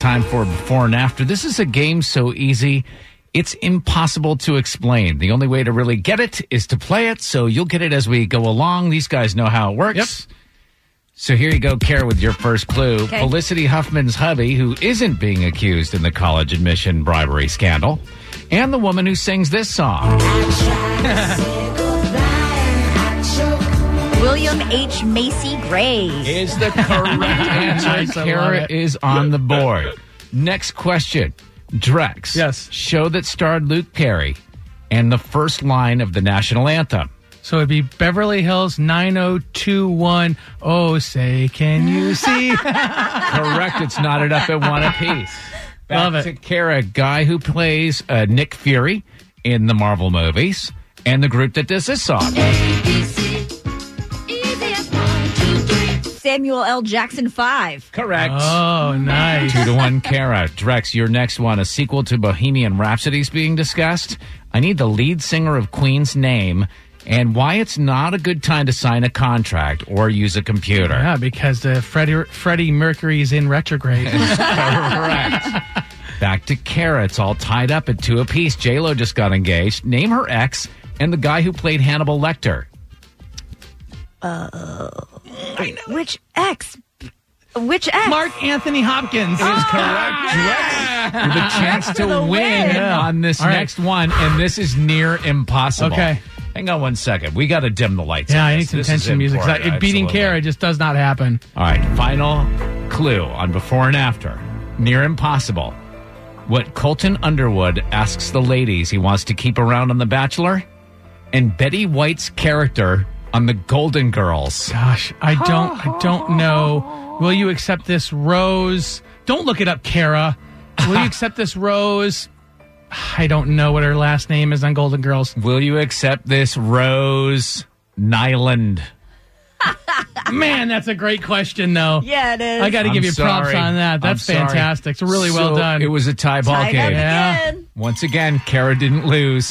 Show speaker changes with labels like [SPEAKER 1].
[SPEAKER 1] Time for before and after. This is a game so easy, it's impossible to explain. The only way to really get it is to play it, so you'll get it as we go along. These guys know how it works. So here you go, Kara, with your first clue.
[SPEAKER 2] Okay.
[SPEAKER 1] Felicity Huffman's hubby, who isn't being accused in the college admission bribery scandal, and the woman who sings this song.
[SPEAKER 2] William H. Macy Gray.
[SPEAKER 1] is the correct answer. Kara is on the board. Next question. Drex.
[SPEAKER 3] Yes.
[SPEAKER 1] Show that starred Luke Perry and the first line of the national anthem.
[SPEAKER 3] So it'd be Beverly Hills 90210. Oh, say, can you see?
[SPEAKER 1] Correct. It's knotted up at one apiece. Back
[SPEAKER 3] Love it.
[SPEAKER 1] to Kara, guy who plays uh, Nick Fury in the Marvel movies and the group that does this song.
[SPEAKER 2] Samuel L. Jackson 5.
[SPEAKER 1] Correct.
[SPEAKER 3] oh, nice.
[SPEAKER 1] Two to one, Kara. Drex, your next one. A sequel to Bohemian Rhapsody is being discussed. I need the lead singer of Queen's name and why it's not a good time to sign a contract or use a computer.
[SPEAKER 3] Yeah, because uh, Freddie, Freddie Mercury's in retrograde.
[SPEAKER 1] Correct. Back to Kara. It's all tied up at two apiece. Lo just got engaged. Name her ex and the guy who played Hannibal Lecter.
[SPEAKER 2] Which X? Which X?
[SPEAKER 3] Mark Anthony Hopkins. Ah.
[SPEAKER 1] With a chance to win,
[SPEAKER 3] Uh, Yeah.
[SPEAKER 1] on this
[SPEAKER 3] All right.
[SPEAKER 1] next one, and this is near impossible.
[SPEAKER 3] Okay.
[SPEAKER 1] Hang on one second. We got to dim the lights.
[SPEAKER 3] Yeah,
[SPEAKER 1] on
[SPEAKER 3] I
[SPEAKER 1] this.
[SPEAKER 3] need some
[SPEAKER 1] This is
[SPEAKER 3] tension music. 'cause I-
[SPEAKER 1] important.
[SPEAKER 3] beating
[SPEAKER 1] Absolutely.
[SPEAKER 3] Kara just does not happen.
[SPEAKER 1] All right, final clue on before and after. Near impossible. What Colton Underwood asks the ladies he wants to keep around on The Bachelor and Betty White's character on The Golden Girls.
[SPEAKER 3] Gosh, I don't, I don't know. Will you accept this rose? Don't look it up, Kara. Will you accept this rose? I don't know what her last name is on Golden Girls.
[SPEAKER 1] Will you accept this, Rose Nyland?
[SPEAKER 3] Man, that's a great question, though.
[SPEAKER 2] Yeah, it is.
[SPEAKER 3] I got to
[SPEAKER 1] I'm
[SPEAKER 3] give you props
[SPEAKER 1] sorry.
[SPEAKER 3] on that.
[SPEAKER 1] I'm
[SPEAKER 3] That's
[SPEAKER 1] sorry.
[SPEAKER 3] fantastic. It's really well
[SPEAKER 1] So
[SPEAKER 3] done.
[SPEAKER 1] It was a tie ball
[SPEAKER 2] Tied up
[SPEAKER 1] game.
[SPEAKER 3] Yeah.
[SPEAKER 2] again.
[SPEAKER 1] Once again, Kara didn't lose.